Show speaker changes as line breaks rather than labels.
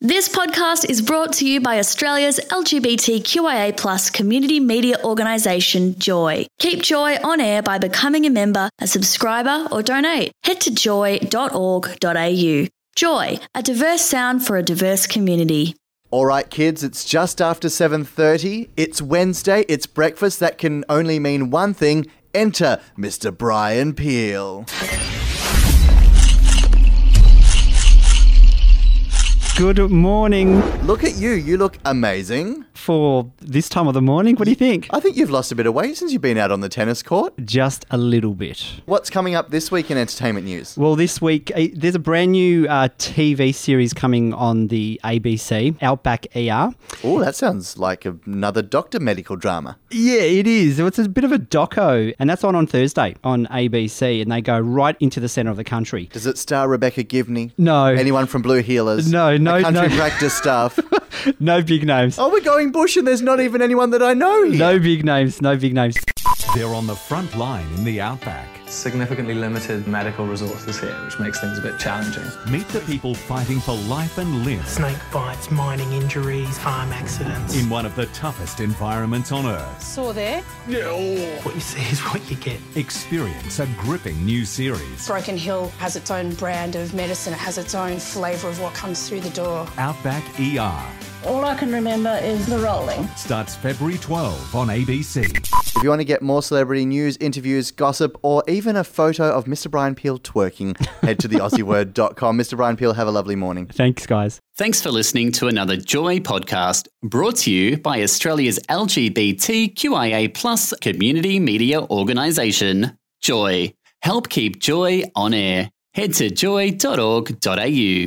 This podcast is brought to you by Australia's LGBTQIA plus community media organisation, Joy. Keep Joy on air by becoming a member, a subscriber, or donate. Head to joy.org.au. Joy, a diverse sound for a diverse community.
All right, kids, it's just after 7:30. It's Wednesday, it's breakfast. That can only mean one thing. Enter Mr. Brian Peel.
Good morning
Look at you. You look amazing.
for this time of the morning. What do you think?
I think you've lost a bit of weight since you've been out on the tennis court.
Just a little bit.
What's coming up this week in entertainment news?
Well, this week uh, there's a brand new uh, TV series coming on the ABC, Outback ER.
Oh, that sounds like another doctor medical drama.
Yeah, it is. It's a bit of a doco, and that's on on Thursday on ABC, and they go right into the center of the country.
Does it star Rebecca Givney?
No.
Anyone from Blue Healers?
No, no,
The country
no.
practice stuff.
No big names.
oh, we're going bush, and there's not even anyone that I know. Here.
No big names. No big names.
They're on the front line in the outback.
significantly limited medical resources here, which makes things a bit challenging.
Meet the people fighting for life and limb
snake bites, mining injuries, farm accidents.
in one of the toughest environments on earth.
saw there.
What you see is what you get.
Experience a gripping new series.
Broken Hill has its own brand of medicine. It has its own flavour of what comes through the door.
Outback ER
All I can remember is the rolling.
starts February 12 on ABC.
If you want to get more celebrity news, interviews, gossip, or even a photo of Mr. Brian Peel twerking, head to theaussieword.com. Mr. Brian Peel, have a lovely morning.
Thanks, guys.
Thanks for listening to another Joy podcast brought to you by Australia's LGBTQIA plus community media organisation, Joy. Help keep Joy on air. Head to joy.org.au.